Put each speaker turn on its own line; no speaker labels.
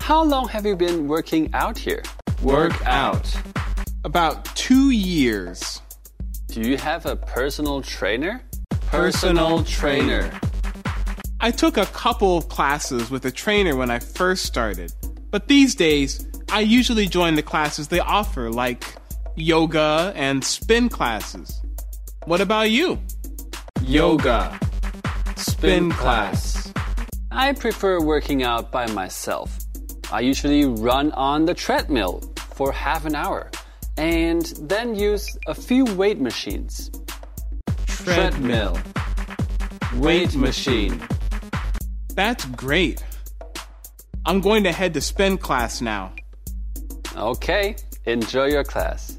How long have you been working out here?
Work out. About two years.
Do you have a personal trainer?
Personal trainer. I took a couple of classes with a trainer when I first started, but these days I usually join the classes they offer, like yoga and spin classes. What about you?
Yoga.
Spin class.
I prefer working out by myself. I usually run on the treadmill for half an hour and then use a few weight machines.
Treadmill.
Weight machine.
That's great. I'm going to head to spin class now.
Okay, enjoy your class.